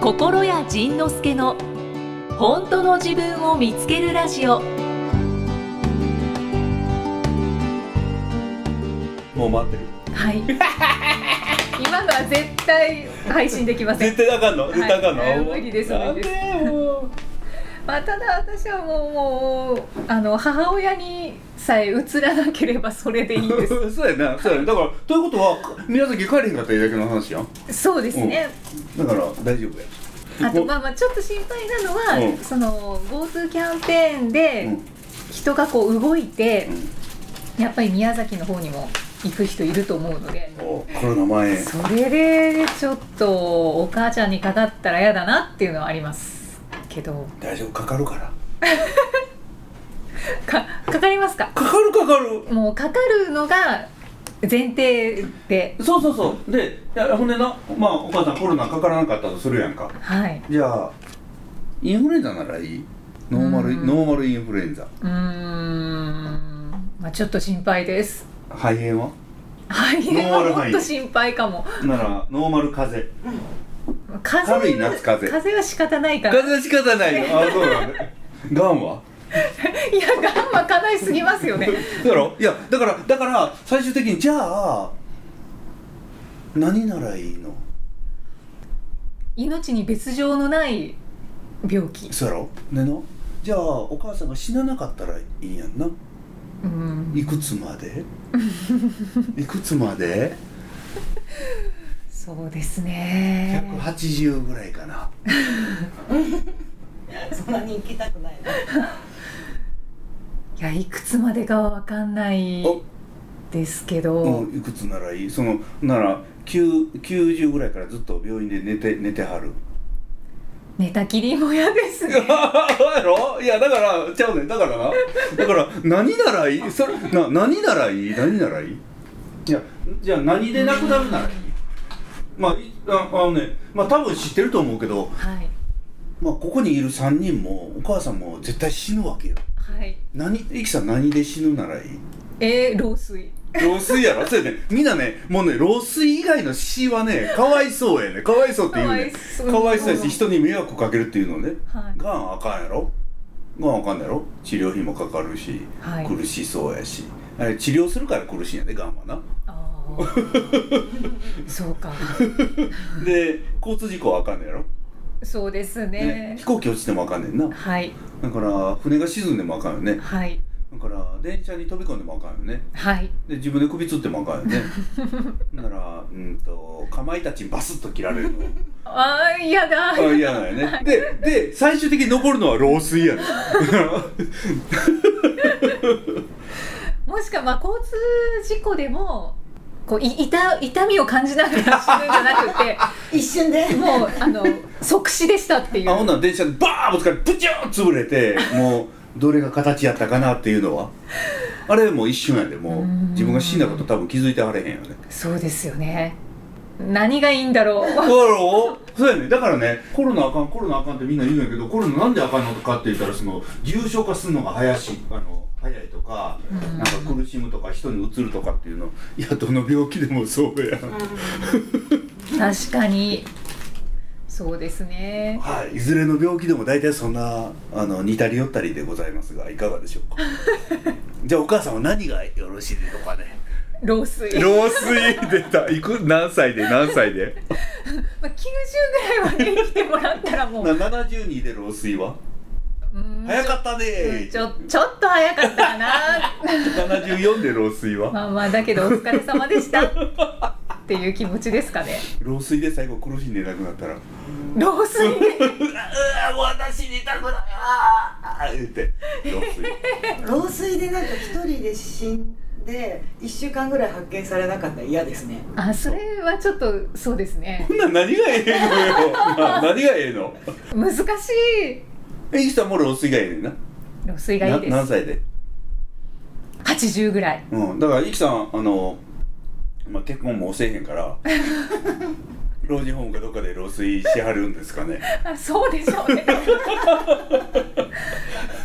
心谷仁之助の本当の自分を見つけるラジオもう回ってるはい今のは絶対配信でき ません絶対あかんの絶対あかんの、はい無理ですなん無理もまあ、ただ私はもうもうあの母親にさえ映らなければそれでいいですうそうやなそうやなだからということは宮崎帰れへんかったらいいだけの話やんそうですね、だから大丈夫やあとこまあまあちょっと心配なのは、うんその GoTo キャンペーンでうん人がこう動いてうん、やっぱり宮崎の方にも行く人いると思うのでおコロナ前それでちょっとお母ちゃんにかかったら嫌だなっていうのはありますけど大丈夫かかるからかかかりますかかかるかかるもうかかるのが前提でそうそうそうでいやほんでなまあお母さんコロナかからなかったとするやんかはいじゃあインフルエンザならいいノーマルうんノーマルインフルエンザうーん、まあ、ちょっと心配です肺炎は肺炎ノーマルは肺もっと心配かもならノーマル風邪風邪軽い夏風邪は仕方ないから風邪仕方ないよあそうなん だがんはいやがんはかないすぎますよねだろい やだからだから最終的にじゃあ何ならいいの命に別状のない病気そうやろねのじゃあお母さんが死ななかったらいいやんなうんいくつまでいくつまでそうですね180ぐらいかなそんなに行きたくないな。いやいくつまでかは分かんないおですけど、うんいくつならいいそのなら9 90ぐらいからずっと病院で寝て寝てはる寝たきりも嫌ですねやろいやだからちゃうねんだからなだから何ならいいそれな何ならいい何ならいいいやじゃあ何でなくなるならいいまあいああのねまあ多分知ってると思うけど、はいまあ、ここにいる3人もお母さんも絶対死ぬわけよはい何イキさん何で死ぬならいいえー、老衰老衰やろそう やねみんなねもうね老衰以外の死はねかわいそうやねかわいそうって言うねかわいそうかわいそうやし人に迷惑かけるっていうのねはいがんあかんやろがんあかんやろ治療費もかかるし、はい苦しそうやしあれ治療するから苦しいんやでがんはなあーそうかで交通事故はあかんねやろ、そうですねね飛行機落ちてもあかんねんなはいだから船が沈んでもあかんよねはいだから電車に飛び込んでもあかんよねはいで自分で首つってもあかん よねならうんとかまいたちにバスッと切られる のああ嫌だあ嫌なんよねでで最終的に残るのは老衰やねもしくはまあ交通事故でもこうい痛痛みを感じながら死ぬんじゃなく て一瞬で。もうあの即死でしたっていうあほんなら電車でバーンぶつかってブチューン潰れ てもうどれが形やったかなっていうのはあれもう一瞬やでもううん自分が死んだこと多分気づいてはれへんよね そうですよね何がいいんだろだうろそうやねだからねコロナあかんコロナあかんってみんな言うんやけどコロナなんであかんのかって言ったらその重症化するのが早しあの早いとかうんなんか苦しむとか人にうつるとかっていうのいやどの病気でもそうやん確かにそうですねはい、いずれの病気でも大体そんなあの似たり寄ったりでございますがいかがでしょ うかじゃあお母さんは何がよろしいでしょうかね老衰、老衰出たいく何歳で何歳でまあ、90ぐらいまで生きてもらったらもうな ?72 で老衰はうん早かったねーちょちょっと早かった かな74で老衰はまあまあだけどお疲れ様でしたっていう気持ちですかね老衰で最後苦しんでなくなったら「うわ老衰 でうわ私に痛くないあーあー」言って老衰老衰でなんか一人で死んで、一週間ぐらい発見されなかったら嫌ですね。あそれはちょっとそうですねほんなら何がええのよ な何がええの難しいえいきさんも老衰がええねんな老衰がいいでな何す歳で80ぐらいうん、だからイキさんあの、まあ、結婚もせえへんから 老人ホームかどっかで老衰しはるんですかねあそうでしょ うね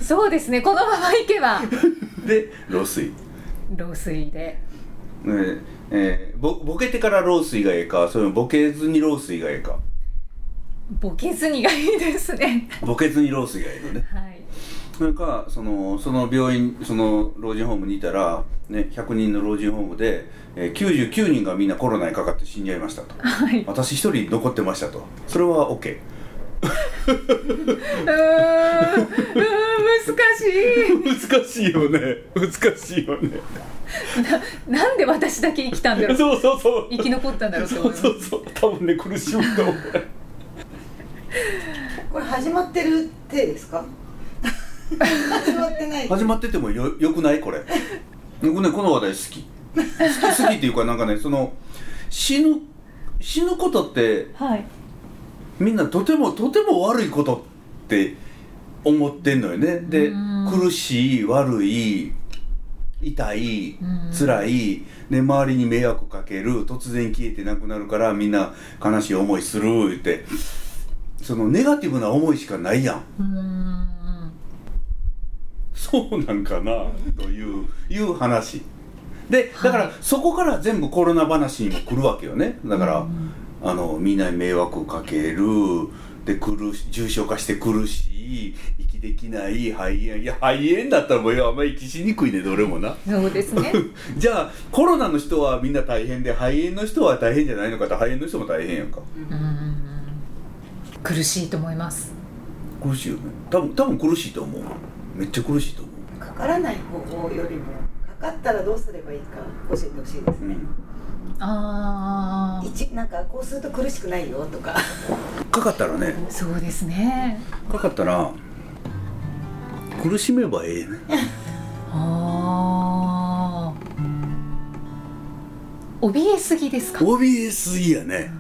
そうですねこのままいけばで老衰、老衰でねえーぼボケてから老衰がええかそれもボケずに老衰がええかボケずにがいいですねボケずにロースがいるねはいそれかそのその病院その老人ホームにいたら、ね、100人の老人ホームで、えー99人がみんなコロナにかかって死んじゃいま したとはい私一人残ってましたとそれは OK うーんうーん難し難しいよね難しいよねいなんで私だけ生きたんだろうそうそうそう生き残ったんだろうとそ思ういますそうそう多分ね苦しむと思うこれ始まってる手です か始まってない始まっててもよよくないこれ僕ねこの話題好き好き好きっていうかなんかねその死ぬ死ぬことってはいみんなとてもとても悪いことって思ってんのよねでうん苦しい悪い痛いうん辛いで周りに迷惑かける突然消えてなくなるからみんな悲しい思いするってそのネガティブな思いしかないやんうーんそうなんかなといういう話でだからそこから全部コロナ話にも来るわけよねだから、うんあのみんなに迷惑をかけるで苦し重症化して苦しい息できない肺炎いや肺炎だったらもうあんまり息しにくいねどれもなそうですねじゃあコロナの人はみんな大変で肺炎の人は大変じゃないのかって肺炎の人も大変やんかうーん苦しいと思います苦しいよね多分多分苦しいと思うめっちゃ苦しいと思うかからない方法よりもかかったらどうすればいいか教えてほしいですうね、んああ一なんかこうすると苦しくないよとかかかったらねそうですねかかったら苦しめばええねああ怯えすぎですか怯えすぎやね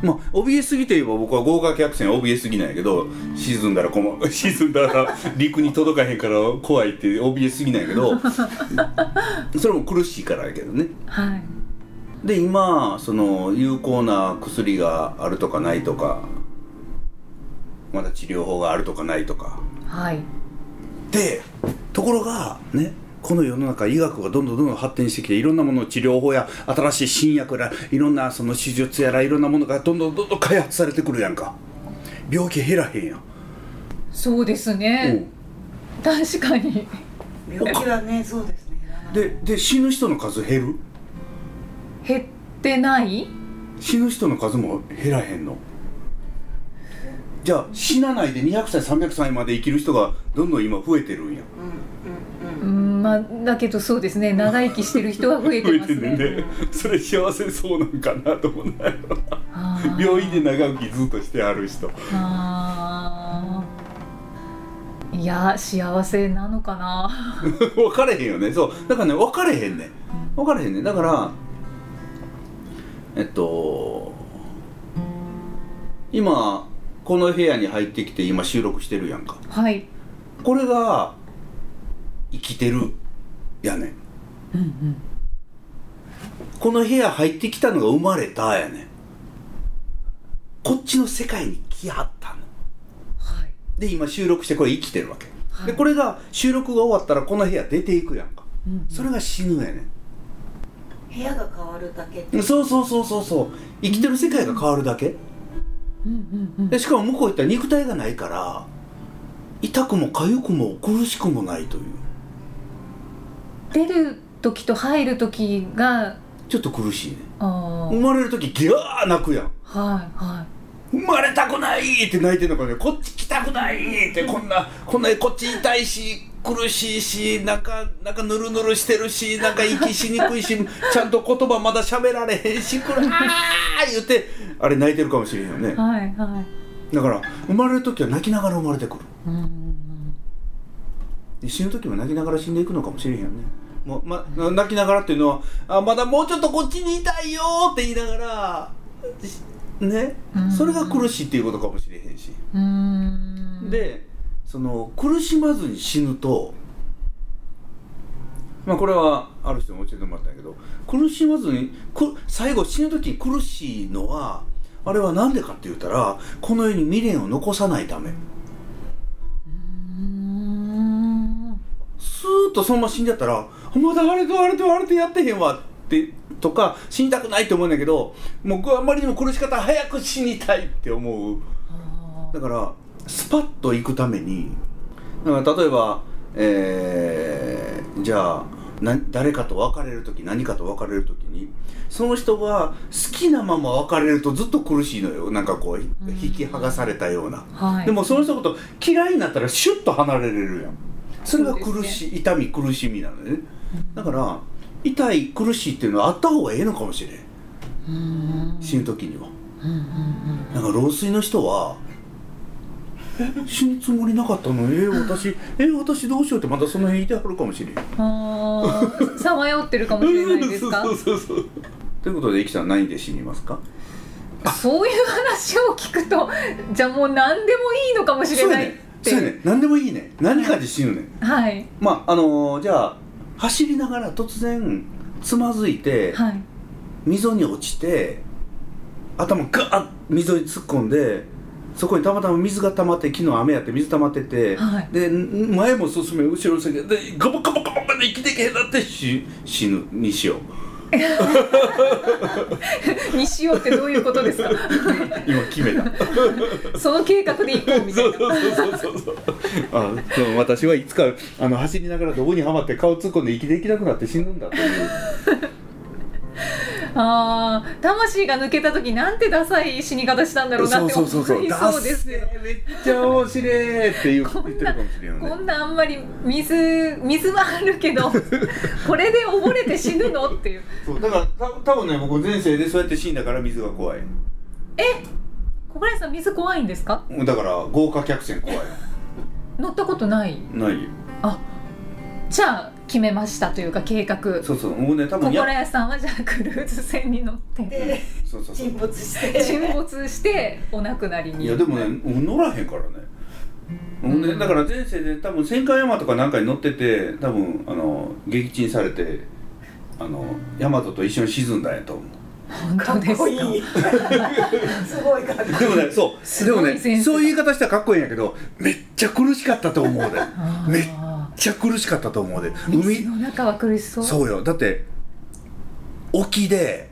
まあ怯えすぎといえば僕は豪華客船は怯えすぎなんやけど沈んだら困 沈んだら陸に届かへんから怖いって怯えすぎなんやけどそれも苦しいからやけどねはいで今その有効な薬があるとかないとかまだ治療法があるとかないとかはいでところがねこの世の中医学がどんどんどんどん発展してきていろんなものの治療法や新しい新薬やらいろんなその手術やらいろんなものがどんどんどんどん開発されてくるやんか病気減らへんやん、そうですね確かに病気はねそうですねうんでで死ぬ人の数減る減ってない死ぬ人の数も減らへんのじゃあ死なないで200歳300歳まで生きる人がどんどん今増えてるんやうんうんううんんまあだけどそうですね長生きしてる人は増えてますねんそれ幸せそうなんかなと思うんだよあー病院で長生きずっとしてある人あーいや幸せなのかな 分かれへんよねそうだからね分かれへんねん分かれへんねんだからえっと今この部屋に入ってきて今収録してるやんかはい、これが生きてるやねんうんうん、この部屋入ってきたのが生まれたやねんこっちの世界に来はったのはいで今収録してこれ生きてるわけ、はいでこれが収録が終わったらこの部屋出ていくやんかうんそれが死ぬやねん部屋が変わるだけってそうそうそうそうそう生きてる世界が変わるだけうんうんうんでしかも向こう行ったら肉体がないから痛くも痒くも苦しくもないという出る時と入る時がちょっと苦しいねあ生ーまれる時ギャー泣くやんはいは生まれたくないって泣いてんのかねこっち来たくないってこんなこんなこっち痛いし苦しいしなんかなんかぬるぬるしてるしなんか息しにくいしちゃんと言葉まだ喋られへんしこれあー言ってあれ泣いてるかもしれへんよねいはいはいだから生まれる時は泣きながら生まれてくるうんうんうんで死ぬ時も泣きながら死んでいくのかもしれへんよねもう、ま、泣きながらっていうのはあまだもうちょっとこっちにいたいよーって言いながらしねうんそれが苦しいっていうことかもしれへんしうーんでその苦しまずに死ぬとまあこれはある人に教えてもらったんやけど苦しまずにく最後死ぬ時に苦しいのはあれは何でかって言ったらこの世に未練を残さないためうーんスーッとそのまま死んじゃったら「まだあれとあれとあれとやってへんわ」ってとか死にたくないって思うんだけどもうあまりにも苦しかったら早く死にたいって思うあだからスパッと行くためにだから例えばえーじゃあな誰かと別れる時何かと別れる時にその人が好きなまま別れるとずっと苦しいのよなんかこう引き剥がされたような、はいでもその人のこと嫌いになったらシュッと離れれるやんそれが苦しい、痛み苦しみなのねだから痛い苦しいっていうのはあった方がええのかもしれんうーん死ぬ時にはうんうんなんか老衰の人はえ死ぬつもりなかったのえ私え私どうしようってまたその辺いてはるかもしれんうんあーさまよってるかもしれないですかそうそうそうそうということで、いきさん何で死にますかそういう話を聞くとじゃあもう何でもいいのかもしれそうやなねいっんてそうやねん何でもいいねん何かで死ぬねんはいまああのーじゃあ走りながら突然つまずいて、はい溝に落ちて頭ガーッ溝に突っ込んでそこにたまたま水が溜まって昨日雨やって水溜まってて、はいでん前も進め後ろも進めでガバガバガバガバで生きていけへんなってし死ぬにしようにしようってどういうことですか今決めたその計画で行こうみたい なそうそうそうあそう私はいつかあの走りながらどこにはまって顔突っ込んで生きていけなくなって死ぬんだというあー魂が抜けた時なんてダサい死に方したんだろうなって思いそうですよダッセーめっちゃ面白いって言う言こんなってるかもしれないよこねんなあんまり水水はあるけどこれで溺れて死ぬのっていうそうだからた多分ね僕前世でそうやって死んだから水が怖い小林さん水怖いんですかうんだから豪華客船怖い乗ったことないないよあじゃあ決めましたというか計画小そうそうもうね多分や林さんはじゃあクルーズ船に乗ってでそうそうそう沈没 して沈没してお亡くなりにいやでもね乗らへんからね、うんほんでだから前世で多分戦艦ヤマとかなんかに乗ってて多分あの撃沈されてあのヤマトと一緒に沈んだんやと思う本か当っですかこ いいすごいかっこいいでもねそうすごいでもね前世だそういう言い方したらかっこいいんやけどめっちゃ苦しかったと思うでめっあーめっちゃ苦しかったと思うで水の中は苦しそうそうよだって沖で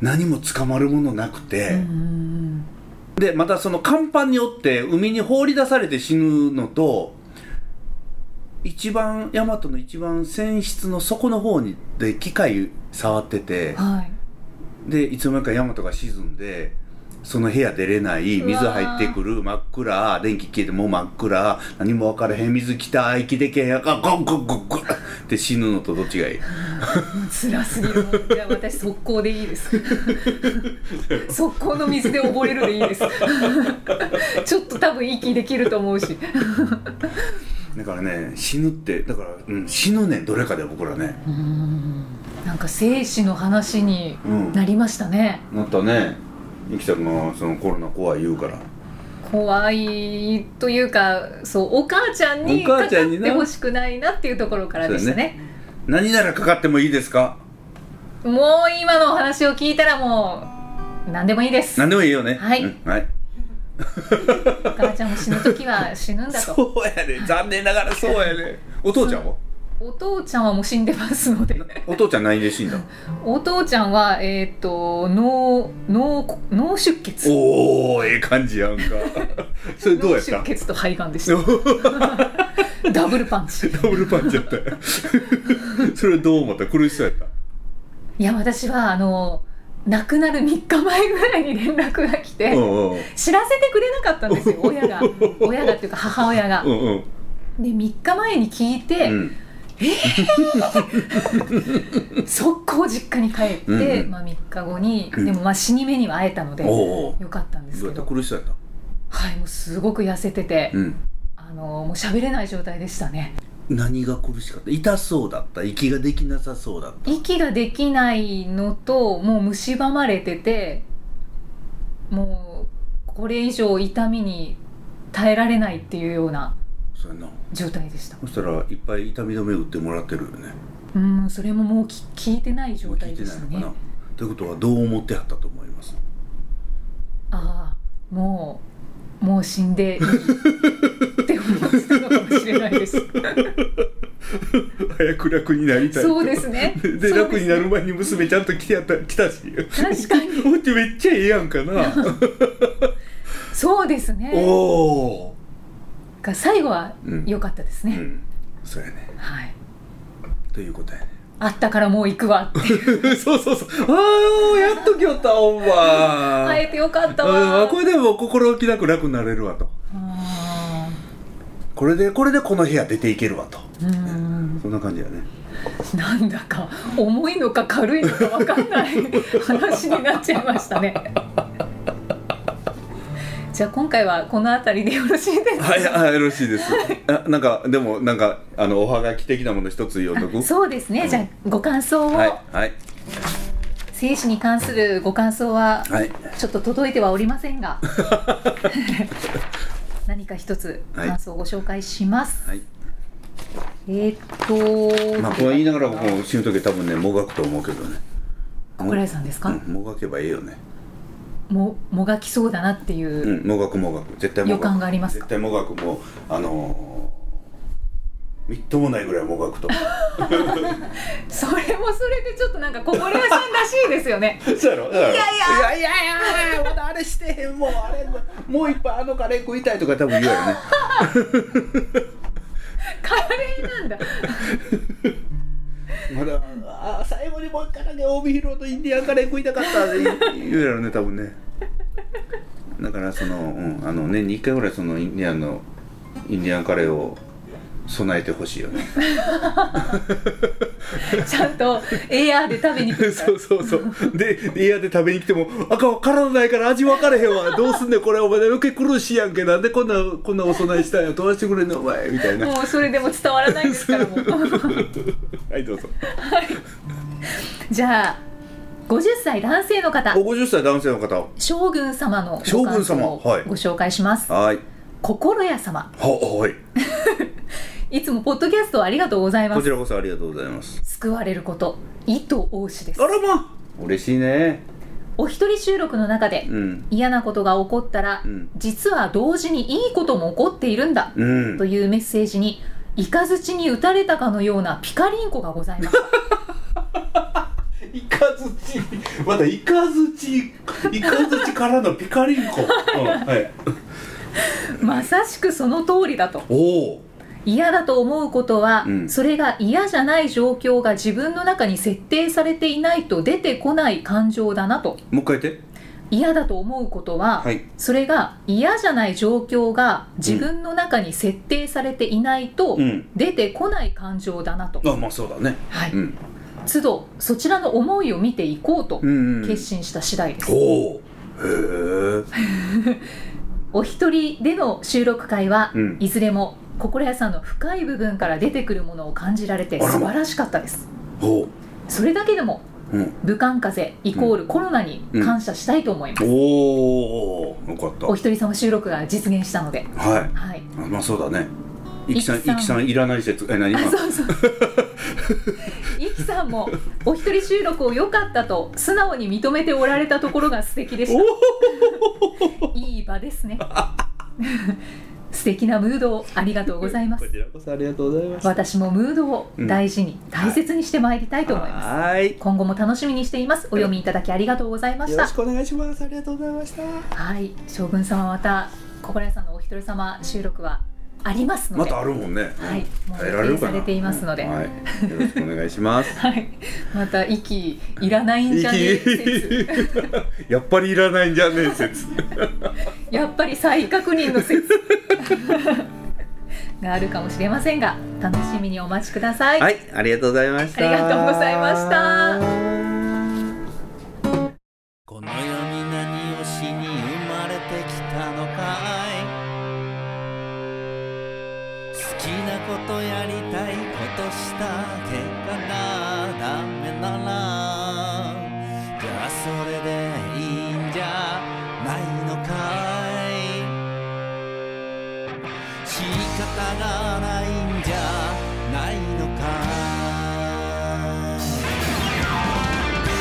何も捕まるものなくて、うんうんでまたその甲板によって海に放り出されて死ぬのと一番大和の一番船室の底の方にで機械触っててうんはいでいつの間にか大和が沈んでその部屋出れない水入ってくる真っ暗電気消えてもう真っ暗何も分からへん水来た生きてけへんあかんゴンゴンゴンゴンって死ぬのとどっちがいい辛すぎるもういや私速攻でいいです 速攻の水で溺れるでいいですちょっと多分息できると思うしだからね死ぬってだから、うん、死ぬねんどれかで僕らねうんなんか生死の話にうんなりましたね、なったねゆきさんがそのコロナ怖い言うから怖いというかそうお母ちゃんにおかか母っちゃんになてほしくないなっていうところからでしたね何ならかかってもいいですかもう今のお話を聞いたらもう何でもいいです何でもいいよねはいうんはい、お母ちゃんも死ぬ時は死ぬんだとそうやね残念ながらそうやね お父ちゃんはお父ちゃんはもう死んでますのでお父ちゃん何で死んだお父ちゃんはえーっ、と脳脳脳出血おおええ感じや んかそれどうやっ脳た出血と肺がんでしたダブルパン チダブルパンチやったそれどう思った苦しそうやったいや私はあの亡くなる3日前ぐらいに連絡が来て、うんうん知らせてくれなかっ たんですよ親が親がっていうか母親がう、んうんで3日前に聞いて、ん速攻実家に帰って、うんうんまあ、3日後に、うんでもまあ死に目には会えたので、おおよかったんですどうけやったど苦しそうやっはいもうすごく痩せてて、たうんあのもう喋れない状態でしたね何が苦しかった痛そうだった息ができなさそうだっ息ができないのともう蝕まれててもうこれ以上痛みに耐えられないっていうようなたそうやな状態でしたそしたらいっぱい痛み止め打ってもらってるよねうんそれももうき聞いてないも状う聞態いてでないしたのかねなということはどう思ってはったと思いますああもうもう死んでいいって思ってたのかもしれないです 早く楽になりそうですねそうですね前に娘 ちゃんと来てやった来たし確かに おってめっちゃええやんかなそうですねおお、が最後はうん良かったですうね、ん、そうやねはいということやねあったからもう行くわっ てそうそうそうああやっときよったおんば会えてよかったあわーこれでもう心置きなく楽になれるわとあこれでこれでこの部屋出ていけるわとーうんそんな感じやねなんだか重いのか軽いのか分かんない話になっちゃいましたね じゃあ今回はこの辺りでよろしいですかはいあよろしいですあなんかでもなんかあのおはがき的なもの一つ読んどくあそうですね、じゃあご感想を、はいはい生死に関するご感想ははいちょっと届いてはおりませ んが何か一つ感想をご紹介します、はいえー、っと、まあこう言いながら僕も死ぬ時多分ねもがくと思うけどね桜井さんですか、うんもがけばいいよねももがきそうだなっていう、うんもがくもがく絶対もがく予感がありますか絶対もがくもうあのーみっともないぐらいもがくとそれもそれでちょっとなんかこぼれ屋さんらしいです よね そうやろだからやいやいやまだあれしてへんもうあれもういっぱいあのカレー食いたいとか多分言うやろねカレーなんだまだあ最後にもう一回だけ帯広とインディアンカレー食いたかったって言うやろね多分ねだからその,、うん、あの年に1回ぐらいそのインディアンのインディアンカレーを備えてほしいよねちゃんとエアーで食 べに来るか らそうそうそうで家で食べに来ても「赤は体ないから味分かれへんわどうすんねんこれお前余計苦しいやんけなんでこんなこんなお供えしたんや飛ばしてくれんのお前」みたいなもうそれでも伝わらないですからもうはいどうぞじゃあ50歳男性の方お50歳男性の方将軍様の将軍様ご感想をはいご紹介します、はい心屋様ははいいつもポッドキャストありがとうございまこすちらこそありがとうございます救われること意図多しですあらまあ嬉しいねお一人収録の中で、うん嫌なことが起こったら、うん実は同時にいいことも起こっているんだ、うんというメッセージに雷に打たれたかのようなピカリンコがございますイカズチまたイカズチイカズチからのピカリンコ、うんはい、まさしくその通りだとおお嫌だと思うことは、うんそれが嫌じゃない状況が自分の中に設定されていないと出てこない感情だなともう一回言って嫌だと思うことは、はいそれが嫌じゃない状況が自分の中に設定されていないと、うん出てこない感情だなと、あまあそうだねはいうん都度そちらの思いを見ていこうとうん、うん、決心した次第です、おおへえお一人での収録会は、うんいずれも心屋さんの深い部分から出てくるものを感じられてあらま素晴らしかったですおおそれだけでもうん武漢風邪イコールコロナに感謝したいと思います、おおよかったお一人様収録が実現したのではいはいあまあそうだねいきさんイキさいんきさんいらない説え何今あそう そうイキさんもお一人収録を良かったと素直に認めておられたところが素敵でしたいい場ですね 素敵なムードをありがとうございまこすちらこそありがとうございます私もムードを大事に、大切にしてまいりたいと思います、はーい今後も楽しみにしていますお読みいただきありがとうございましよたろしくお願いしますありがとうございましたはい将軍様また心屋さんのお一人様収録はありますのでまたあるもんねはいうんもう耐えられるかな予定されていますのでうんはいよろしくお願いしますはい、また息いらないんじゃねえ説 やっぱりいらないんじゃねえ説やっぱり再確認 の説があるかもしれませんが楽しみにお待ちください、はいありがとうございましたありがとうございましたこの世に何をしに生まれてきたのかい好きなことやりたいことしたけがなダメならじゃあそれでいいんじゃないのかい仕方がないんじゃないのかい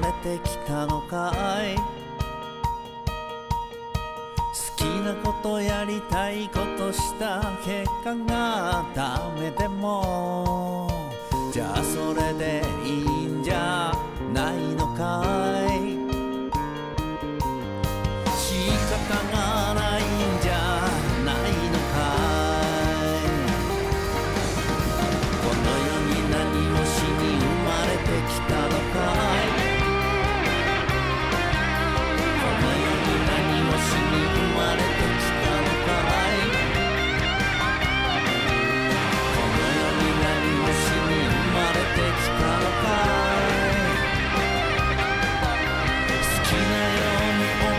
れてきたのかい好きなことやりたいことした結果がダメでもじゃあそれでいいんじゃないのかい仕方がないんじゃないのかいこの世に何をしに生まれてきたのかいこの世に何をしに生まれてきたのかいこの世に何をしに生まれてきたのかい好きなように思う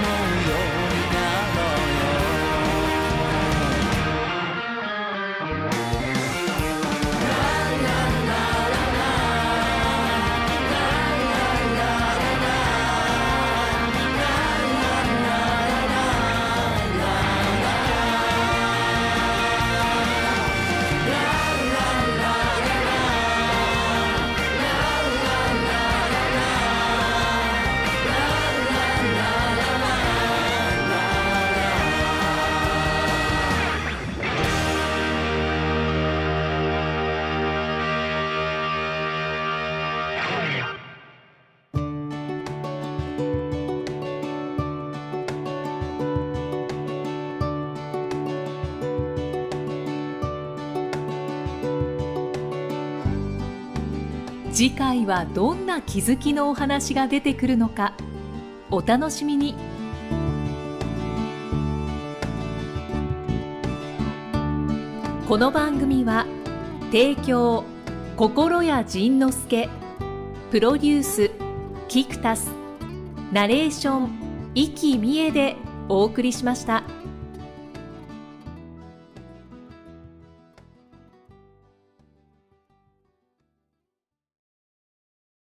ようになろうよ次回はどんな気づきのお話が出てくるのかお楽しみにこの番組は提供心谷仁之助プロデュースキクタスナレーション生きみえでお送りしました。